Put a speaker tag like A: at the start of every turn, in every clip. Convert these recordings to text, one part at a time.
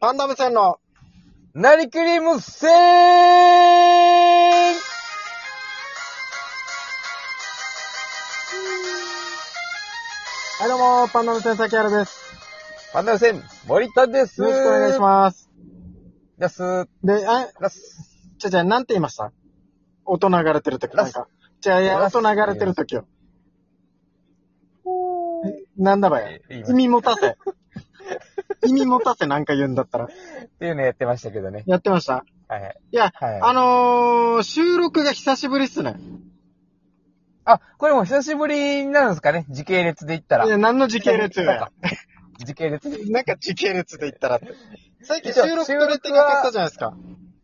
A: パンダム戦の、
B: なりきり無線は
A: はいどうも、パンダム戦崎原です。
B: パンダ無線、森田です。
A: よろしくお願いします。
B: す。ラス、
A: で、あ、
B: ラス。
A: ちゃちゃ、なんて言いました音流れてるとき、なんか。じゃあ、いや、
B: ラス
A: 音流れてるときよ。なんだばよ
B: え言い。ました
A: 意味持たせ。意味持たせなんか言うんだったら。
B: っていうのやってましたけどね。
A: やってました
B: はいはい。
A: いや、
B: はい
A: あのー、収録が久しぶりっすね。
B: あ、これも久しぶりなんですかね時系列で言ったら。
A: いや、何の時系列だよ。
B: 時系列で。
A: なんか時系列で言ったらって。最近
B: 一応
A: 収録取れてかけたじゃないですか。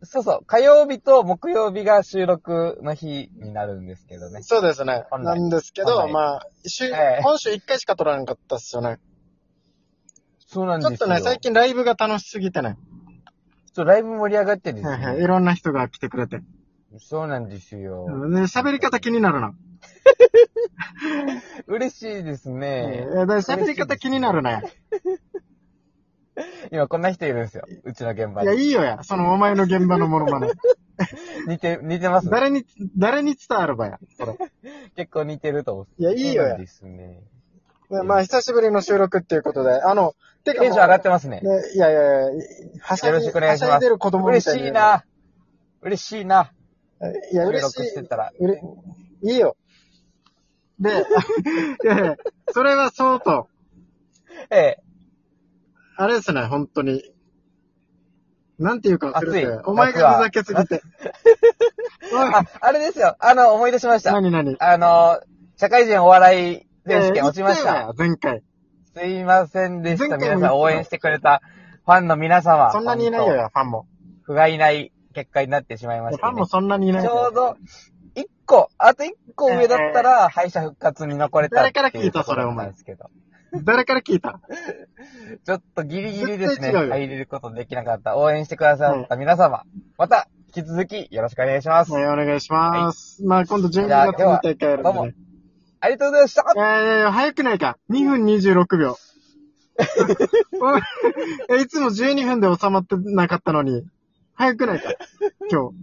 B: そうそう。火曜日と木曜日が収録の日になるんですけどね。
A: そうですね。
B: 本
A: な
B: 来
A: んですけ
B: 本
A: ど、
B: 来
A: まあ、週、
B: ええ
A: 今週1回しか撮らなかったっすよね。
B: そうなん
A: ちょっとね、最近
B: 近。
A: ライブが楽しすぎてね。
B: ちょっとライブ盛り上がってるんですよ、
A: はいはい。いろんな人が来てくれて。
B: そうなんですよ。
A: うんで喋り方気になるな。
B: 嬉しいです
A: え
B: ね。
A: ーで喋り方気になるね。
B: 今こんな人いるんですよ。うちの現場
A: いや、
B: に。
A: いいよや。そのお前の現場のモノマ ネ。
B: 似て、似てます
A: 誰に、誰に伝わればや。それ。
B: 結構似てると思う。
A: いやいいよや
B: そうですね。
A: でまあ、久しぶりの収録っていうことで、あの、てかも
B: テ
A: う
B: ンション上がってますね。
A: ね、いやいやいや、はしゃ
B: よ
A: ぎ
B: ろしくお願いし
A: はしゃ
B: ま。
A: いでする子供みた
B: 嬉
A: いに
B: しい。な。嬉しいな。
A: いや、
B: 収
A: 嬉し
B: 録
A: い
B: し。てたら。
A: うれ、いいよ。で、 いやいや、それはそうと、
B: ええ。
A: あれですね、本当に。なんていうか忘れて
B: 暑い
A: お前がふざけすぎて。おい、
B: あ、あれですよ。あの、思い出しました。
A: 何何
B: あの、社会人お笑い選手権落ちまし
A: えー言
B: た。
A: ってよ前回。
B: すいませんでし
A: 前
B: た。
A: 回も
B: 皆さん応援してくれたファンの皆様。
A: そんなにいないよ
B: 本
A: や、ファンも。
B: 当。不甲斐ない結果になってしまいま
A: フ
B: し
A: ァ
B: た
A: ン
B: ね
A: も。そんなにいない
B: ちょ
A: よ
B: う。ど、一個、あと一個上だったら、敗者復活に残れたってう
A: 誰から聞いたそれお前
B: ところだったんですけど。
A: 誰から聞いた
B: ちょっとギリギリですね、
A: 絶対違うよ
B: 入れることできなかった。応援してくださった皆様、また引き続きよろしくお願いします。
A: はい、お願いします。まあ、今度12
B: じゃあ
A: 月に大会やるんで
B: どうも
A: ね。
B: ありがとうございました
A: いやいやいや、早くないか。2分26秒。 おいえいつも12分で収まってなかったのに、早くないか。今日。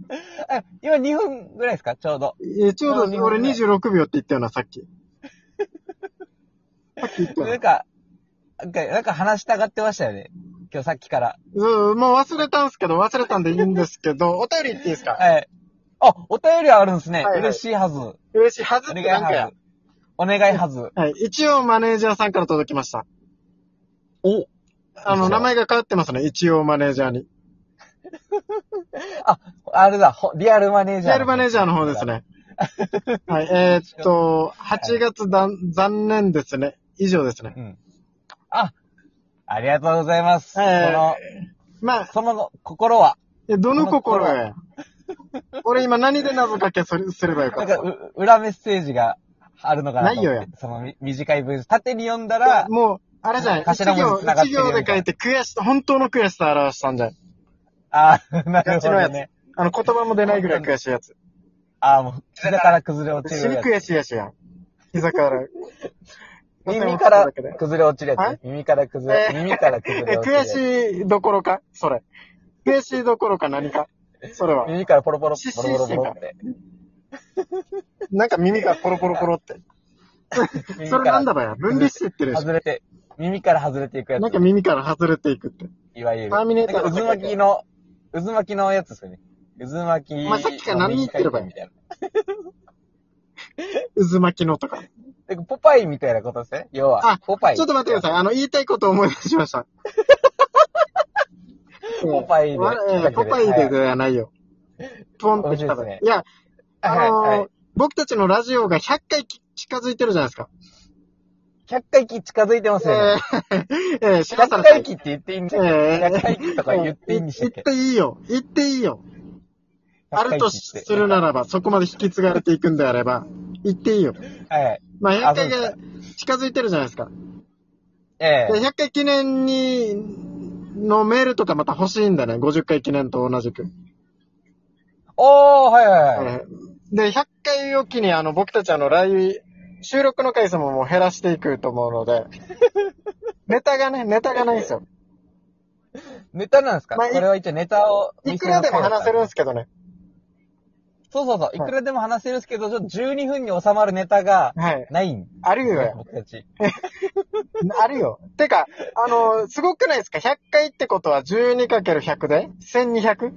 B: あ今2分ぐらいですかちょうど。
A: え、ちょうど俺26秒って言ったよな、さっ き。さっき言ったよ
B: なん
A: な。
B: か、なんか、なんか話したがってましたよね。今日さっきから。
A: うん、もう忘れたんすけど、忘れたんでいいんですけ ど、お便り言っていいですか
B: はい。あ、お便りあるんですね。
A: はいはい
B: 嬉しいはず。お
A: 嬉しいはずって
B: 願
A: なん
B: い
A: か
B: は
A: や
B: ず。。お願いはず。
A: はい、一応マネージャーさんから届きました。
B: お
A: あの、名前が変わってますね、一応マネージャーに。
B: あ、あれだ、ほリアルマネージャー。
A: リアルマネージャーの方です。ね。はい、えーっと、8月だん、残念ですね。以上ですね。
B: うん。あ、ありがとうございます。
A: はい
B: その、
A: まあ、
B: その心は、
A: えどの心がや俺今何で謎かけそれすればよか
B: な
A: っ
B: んか、
A: た
B: う裏メッセージがあるのかなと思って。
A: ないよ
B: そのみ短い文章。縦に読んだら、
A: もう、あれじゃない一
B: 頭文
A: 行、
B: 字繋がっ
A: 一
B: てるよ
A: 行で書いて悔し、本当の悔しさを表したんじゃん。
B: ああ、 なる
A: ガチ
B: ほ
A: のやつ
B: どね。。
A: あの、言葉も出ないぐらい悔しいやつ。
B: ああ、もう、膝から崩れ落ち
A: 死
B: る
A: に
B: やつ。
A: 悔しいやしやん。膝から。
B: 耳 から
A: えー
B: 崩れ落ちるや
A: え
B: つ。耳から崩れ、耳から崩れ落ちるや
A: 悔
B: つ。
A: しいどころかそれ。悔しいどころか何かそれは。
B: 耳からポロポロ、
A: 失
B: ポ
A: 神
B: ロ
A: し
B: ポ
A: て
B: ロ
A: ん
B: ポ
A: か
B: ロって。
A: なんか耳がポロポロポロって。
B: 耳
A: そ
B: か
A: れなんだ
B: ら
A: ばや分離してってるでし
B: 外れて、耳から外れていくや
A: ょ。
B: つ。
A: なんか耳から外れていくって。
B: いわゆる。
A: ターミネーター
B: な
A: の
B: んか渦巻きの、渦巻きのやつですよね。渦巻き。
A: まあさっきから何言ってればいい
B: みたいな。
A: 渦巻きのとか。
B: なんかポパイみたいなことですね。要は。
A: あ
B: ポパイ。
A: ちょっと待ってください。あの、言いたいことを思い出しま した。
B: ポパイで
A: わえーポパイでではないよ。ポンってきた
B: 面白いですね
A: ね。いや、あのー
B: はいはい。
A: 僕たちのラジオが100回き近づいてるじゃないですか。
B: 100回忌近づいてますよね。
A: えー、 えー、知らさ
B: 100
A: れて
B: 回
A: る。
B: 忌って言っていいん
A: え
B: だっけ
A: ー
B: ?100 回忌とか言っていいんでしたっけ
A: 言っていいよ。言っていいよ。あるとするならば、そこまで引き継がれていくんであれば、言っていいよ。
B: はいはい。
A: まあ、100回
B: あ
A: が近づいてるじゃないですか。
B: え
A: で
B: え。
A: 100回記念に、のメールとかまた欲しいんだね。50回記念と同じく。
B: おー、はいはいはい。
A: えーで、100回を機に、あの、僕たちあの、来、収録の回数ももう減 らしていくと思うので、ネタがね、ネタがないんですよ。
B: ネタなんですか、
A: まあい
B: これは一応ネタを
A: いくらでも話せるんですすけどね。
B: そうそうそう。いくらでも話せるんですけど、ちょっと12分に収まるネタが
A: はい。
B: ないん
A: ある
B: です
A: よ
B: ね、
A: よ。
B: 僕たち。
A: あるよ。てか、あの、すごくないですか ?100 回ってことは 12×100 で ?1200? 僕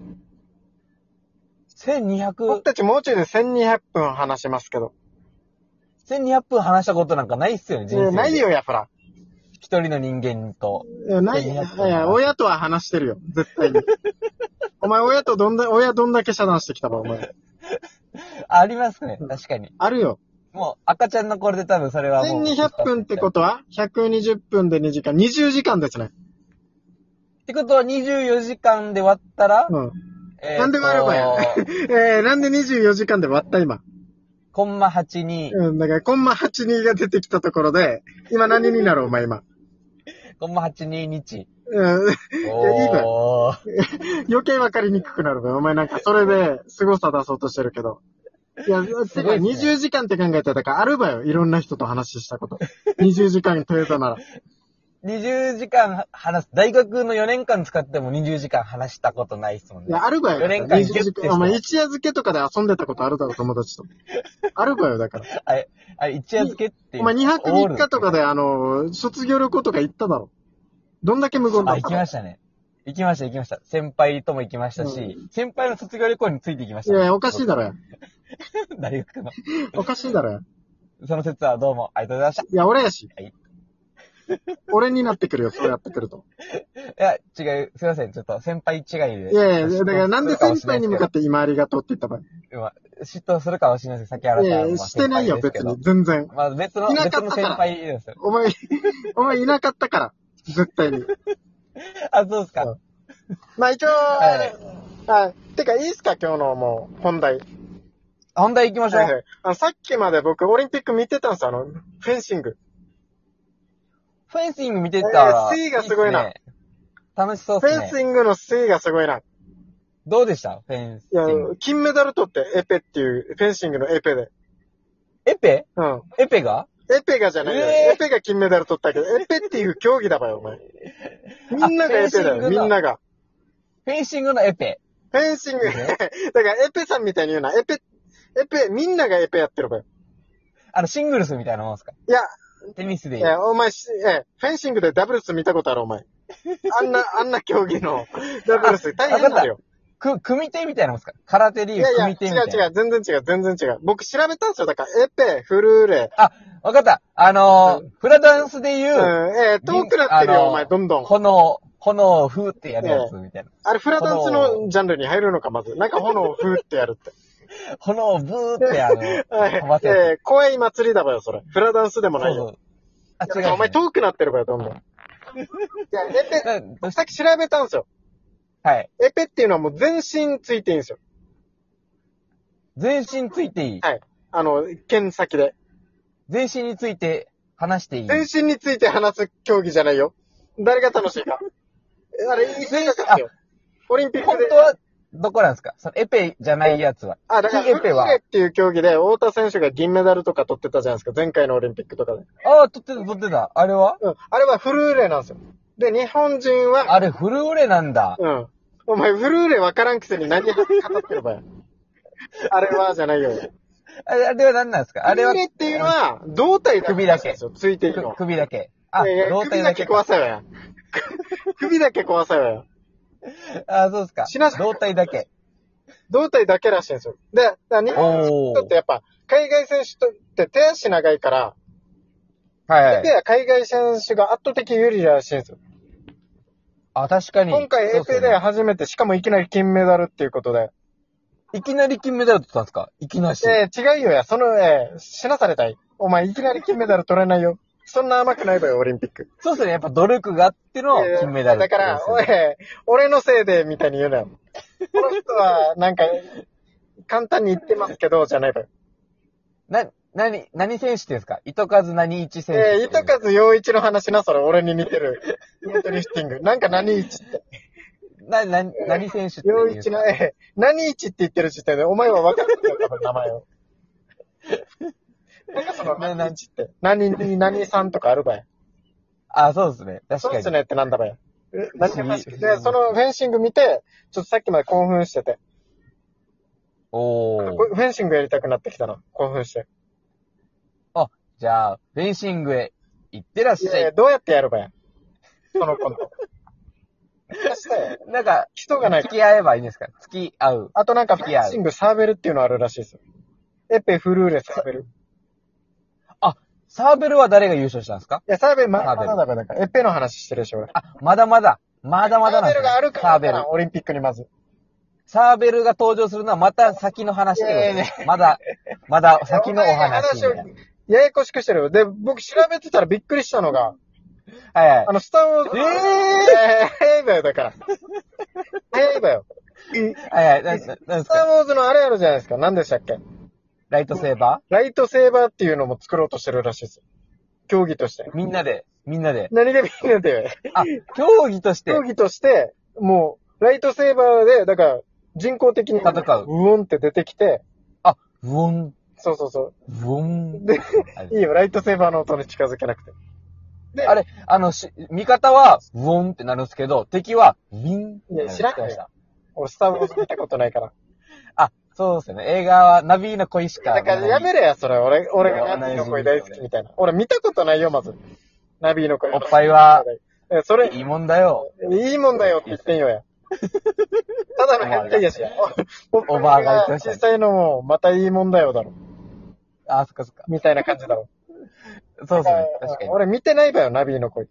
B: 1200,
A: たちもうちょいで1200分話しますけど。
B: 1200分話したことなんかないっすよね、人生で。
A: ないよ、やっぱ
B: 一人の人間と。
A: ら。ない、い
B: 1200
A: や、親とは話してるよ。絶 対に。お前、親とどんだ、親どんだけ遮断してきたのお前。
B: あ、ありますね、確かに。
A: あるよ。
B: もう、赤ちゃんの頃で多分それはもう。
A: 1200分ってことは、120分で2時間、20時間ですね。
B: ってことは24時間で割ったら、
A: うん。
B: え
A: なんで割ればや
B: ん。
A: えー、なんで24時間で割った今。
B: コンマ82、
A: うん、だから、コンマ82が出てきたところで、今何になるお前今。
B: コンマ82日。
A: うん、
B: おー。
A: 余計分かりにくくなるべ。お前なんか、それで、凄さ出そうとしてるけど。いや、
B: す
A: てか
B: ごいっすね
A: 20時間って考えたら、だからあるばよ。いろんな人と話したこと。20時間取れたなら。
B: 20時間話す。大学の4年間使っても20時間話したことないっすもん
A: い
B: ね。
A: や、あるばよ。
B: 四年間
A: 20時
B: ギュッてして
A: 間。お前、一夜漬けとかで遊んでたことあるだろ、友達と。あるばよ、だから。
B: あれ、あれ、一夜漬けっていう。
A: お前2泊
B: オール
A: 3日とかで、あの、卒業旅行とか行っただろ。どんだけ無言だ
B: あ、
A: っ
B: 行
A: た
B: き
A: の
B: ましたね。行きました、行きました。先輩とも行きましたし、先輩の卒業旅行について行きまし
A: い
B: た、
A: やいや、おかしいだろや。
B: 僕。 大学の。
A: おかしいだろや。
B: その説はどうもありがとうございました。
A: いや、俺やし
B: はい。
A: 俺になってくるよ、そうやってくる と。
B: いや、違う、すいません、ちょっと先輩違いで。
A: いやいや、だからなんで先輩に向か
B: っ
A: って今ありがとうって言った場合。
B: て。まあ嫉妬するかもしれないですけど、先
A: い
B: 原さ
A: や
B: ん
A: い
B: は
A: や、
B: まあ
A: してないよ、
B: 先輩で
A: 別
B: すけど
A: に。全然。
B: まあ別の、
A: いなかった
B: 別
A: から
B: の先輩ですよ。
A: お前、 お前いなかったから。絶対に。
B: あ、そうですか。
A: うんまあ一応、
B: はい
A: はい。てか、いいっすか、今日のもう、本題。
B: 本題行きましょう。
A: はいはい。あの、さっきまで僕、オリンピック見てたんですよ、あの、フェンシング。
B: フェンシング見てた。
A: えー C がすごいな
B: っすね楽しそう
A: フ
B: で
A: ェン
B: すね。
A: シングの水位がすごいな。い
B: どうでしたフェンシ
A: や
B: ング。、
A: 金メダル取って、エペっていう、フェンシングのエペで。
B: エペ
A: うん。
B: エペが
A: エペがじゃないよ、
B: えー
A: エペが金メダル取ったけど、エペっていう競技だばよ、お 前。みんながエペだ
B: フェンシングの
A: よ、みんなが。
B: フェンシングのエペ。
A: フェンシング、
B: いいね
A: だからエペさんみたいに言うな、エペ、エペ、みんながエペやってるばよ。
B: あの、シングルスみたいなもんですか
A: いや、
B: テニスで
A: い
B: 言う。
A: や、お前し、え、フェンシングでダブルス見たことある、お前。あん な、あんな競技のダブルス、大変
B: わかっ
A: だ
B: た
A: よ。
B: く、組手みたいなもんですか空手で
A: い
B: 言う
A: やいや、違
B: 組
A: う
B: 手みたいな。
A: 違う、全然違う、全然違う。僕調べたんですよ、だから、エペ、フルーレ、
B: あ、わかった。あのー、フラダンスで言
A: う
B: う、
A: ん、えー、遠くなってる
B: あの
A: よ、
B: ー
A: お前、どんどん。
B: 炎、炎をふーってやるやつみたいな。
A: あれ、フラダンス
B: 炎
A: のジャンルに入るのか、ま ず。なんか炎をふーってやるって。
B: 炎をブーってあの、
A: はい
B: 飛ば。せ
A: え
B: る。
A: ー、怖い祭りだばよ、それ。フラダンスでも
B: そ
A: な
B: う
A: い
B: そ
A: よ。
B: う。あ、違う、
A: いやお前遠くなってるばよ、どんどん。 いや、エペ、
B: などうし
A: さっき調べたんですよ。
B: はい。
A: エペっていうのはもう全身ついていいんですよ。
B: 全身ついていい。
A: はい。あの、剣先で。
B: 全身について話していい。
A: 全身について話す競技じゃないよ。誰が楽しいか。え あれ、いい企画ですよ。オリンピック
B: 本
A: で
B: 当。は、どこなんですかそのエペじゃないやつは。
A: あ、だから、
B: フリーエペは
A: フリーエっていう競技で、太田選手が銀メダルとか取ってたじゃないですか。前回のオリンピックとかで。
B: ああ、撮ってた、撮ってた。あれは
A: うん。あれはフルーレなんですよ。で、日本人は、
B: あれ、フルオレなんだ。
A: うん。お前、フルーレ分からんくせに何語ってる ばよ。あれは、じゃないよ。
B: あれあれは何なんですかあ
A: あ
B: れ
A: れ
B: は
A: フルーレっていうのは、胴体だ
B: 首だけ
A: ですよついているの
B: く
A: は。
B: 首だけ。あ、
A: いやいや
B: ロータ
A: 首
B: イ
A: だ
B: だ
A: け
B: け。
A: 壊せよ や。首だけ壊せよや。
B: あ、そうですか
A: しな。さい
B: 胴体だけ。
A: 胴体だけらしいんですよ。で、だから日本人ってやっぱ、海外選手とって手足長いから、
B: は
A: で、。海外選手が圧倒的有利らしいんですよ。
B: あ、確かに。
A: 今回
B: そう
A: エ
B: っすよ
A: ペ
B: ね
A: で初めて、しかもいきなり金メダルっていうことで。
B: いきなり金メダル取ったんですかいきなし。
A: えー違いよや、その、えー死なされたい。お前いきなり金メダル取れないよ。そんな甘くないわよ、オリンピック。
B: そうですね。やっぱ努力があっての
A: えー
B: 金メダル
A: だ
B: って
A: か
B: こと
A: ら、
B: ですよ
A: おい
B: ね。、
A: 俺のせいで、みたいに言うなよ。この人は、なんか、簡単に言ってますけど、じゃないわよ。
B: な、なに、何選手っていうんですか糸数何一選手って
A: え
B: い
A: ー、
B: うんですか。
A: 糸数洋一の話な、それ、俺に似てる。ウェイトリフティング。なんか何一って。
B: な、な、何選手ってい
A: 洋
B: うんで
A: 一
B: すか
A: の、えー、何一って言ってる時点で、お前は分かってるよ、多分、名前 を。なんかその、
B: な
A: 何一って。何二、何三とかあるばよ。
B: あ、そうですね。確
A: そう
B: か
A: で
B: に
A: す。ねってなんだばよ。え
B: 何
A: 確かにで、そのフェンシング見て、ちょっとさっきまで興奮してて、
B: お
A: フ
B: ー。
A: ェンシングやりたくなってきたの。興奮して。
B: じゃあ、フェンシングへ行ってらっ
A: い
B: し
A: やい
B: ゃ
A: や、
B: い。
A: どうやってやればやん。その子の。して、
B: なんか、
A: 人がない
B: 付き合えばいいんですか付き合う。
A: あとなんかフェンシングサーベルっていうのあるらしいですよ。エペフルーレサーベル。い
B: サーベルは誰が優勝したんですか
A: や、サーベル、ま
B: サーベル
A: まだだから、エペの話してるでしょ、俺。
B: あ、まだまだ。まだまだ
A: サ
B: な
A: ーベ
B: んです
A: ル
B: ね
A: があるか
B: サ
A: ら
B: ーベル。
A: オリンピックにまず。
B: サーベルが登場するのはまた先の話ってこと
A: いやいやい
B: ですねまだ、まだ先のお話みた
A: を
B: いな。
A: ややこしくしてるよ。で、僕調べてたらびっくりしたのが、
B: はいはい
A: あ。の、スターウォーズ。
B: え
A: えーだよ、だから。えーだよ。
B: はいはい。なんなんです
A: スター
B: か
A: ウォーズのあれあるじゃないですか。何でしたっけ
B: ライトセーバ
A: ライトセーバーっていうのも作ろうとしてるらしいです。競技として。
B: ーみんなで、みん なで。
A: 何でみんなで、
B: あ、競技として。
A: 競技として、もう、ライトセーバーで、だから、人工的に
B: 戦う
A: うおんって出てきて、
B: ウォン、
A: そうそうそ
B: ウォン。
A: う。で、
B: はい
A: いいよ、ライトセーバーの音に近づけなくて。で
B: あれ、あの、し味方は、ウォンってなるんですけど、敵は、ウィンってなる
A: いや知らんよ
B: 知ってまし
A: 俺、スターウォーズ見たことない から。
B: たあ、そうですよね。映画は、ナビの恋しか。
A: だからやめれや、それ。俺、俺がナビの声大好きみたいな。俺見たことないよ、まず。ナビの声。
B: おっぱいは。
A: え、それ、
B: いいもんだよ。
A: いいもんだよって言ってんよや。ただの変態やしや。お
B: おばあが言ってましたね
A: 実際のも、またいいもんだよだろ。
B: あ、そっかそっか。
A: みたいな感じだろ。
B: そうですね。確かに。
A: 俺見てないばよ、ナビの声。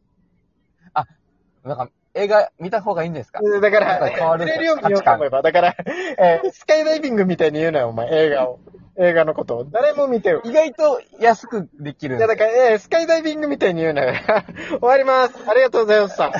B: なんか、映画見た方がいいんですか
A: だか
B: なんか変わ
A: ら、見
B: る
A: れるように見ようと思えば。だから、えースカイダイビングみたいに言うなよ、お前、映画を。映画のことを。誰も見てよ。
B: 意外と安くできるん
A: い
B: で
A: や、
B: す
A: だから、えースカイダイビングみたいに言うなよ。終わります。ありがとうございました。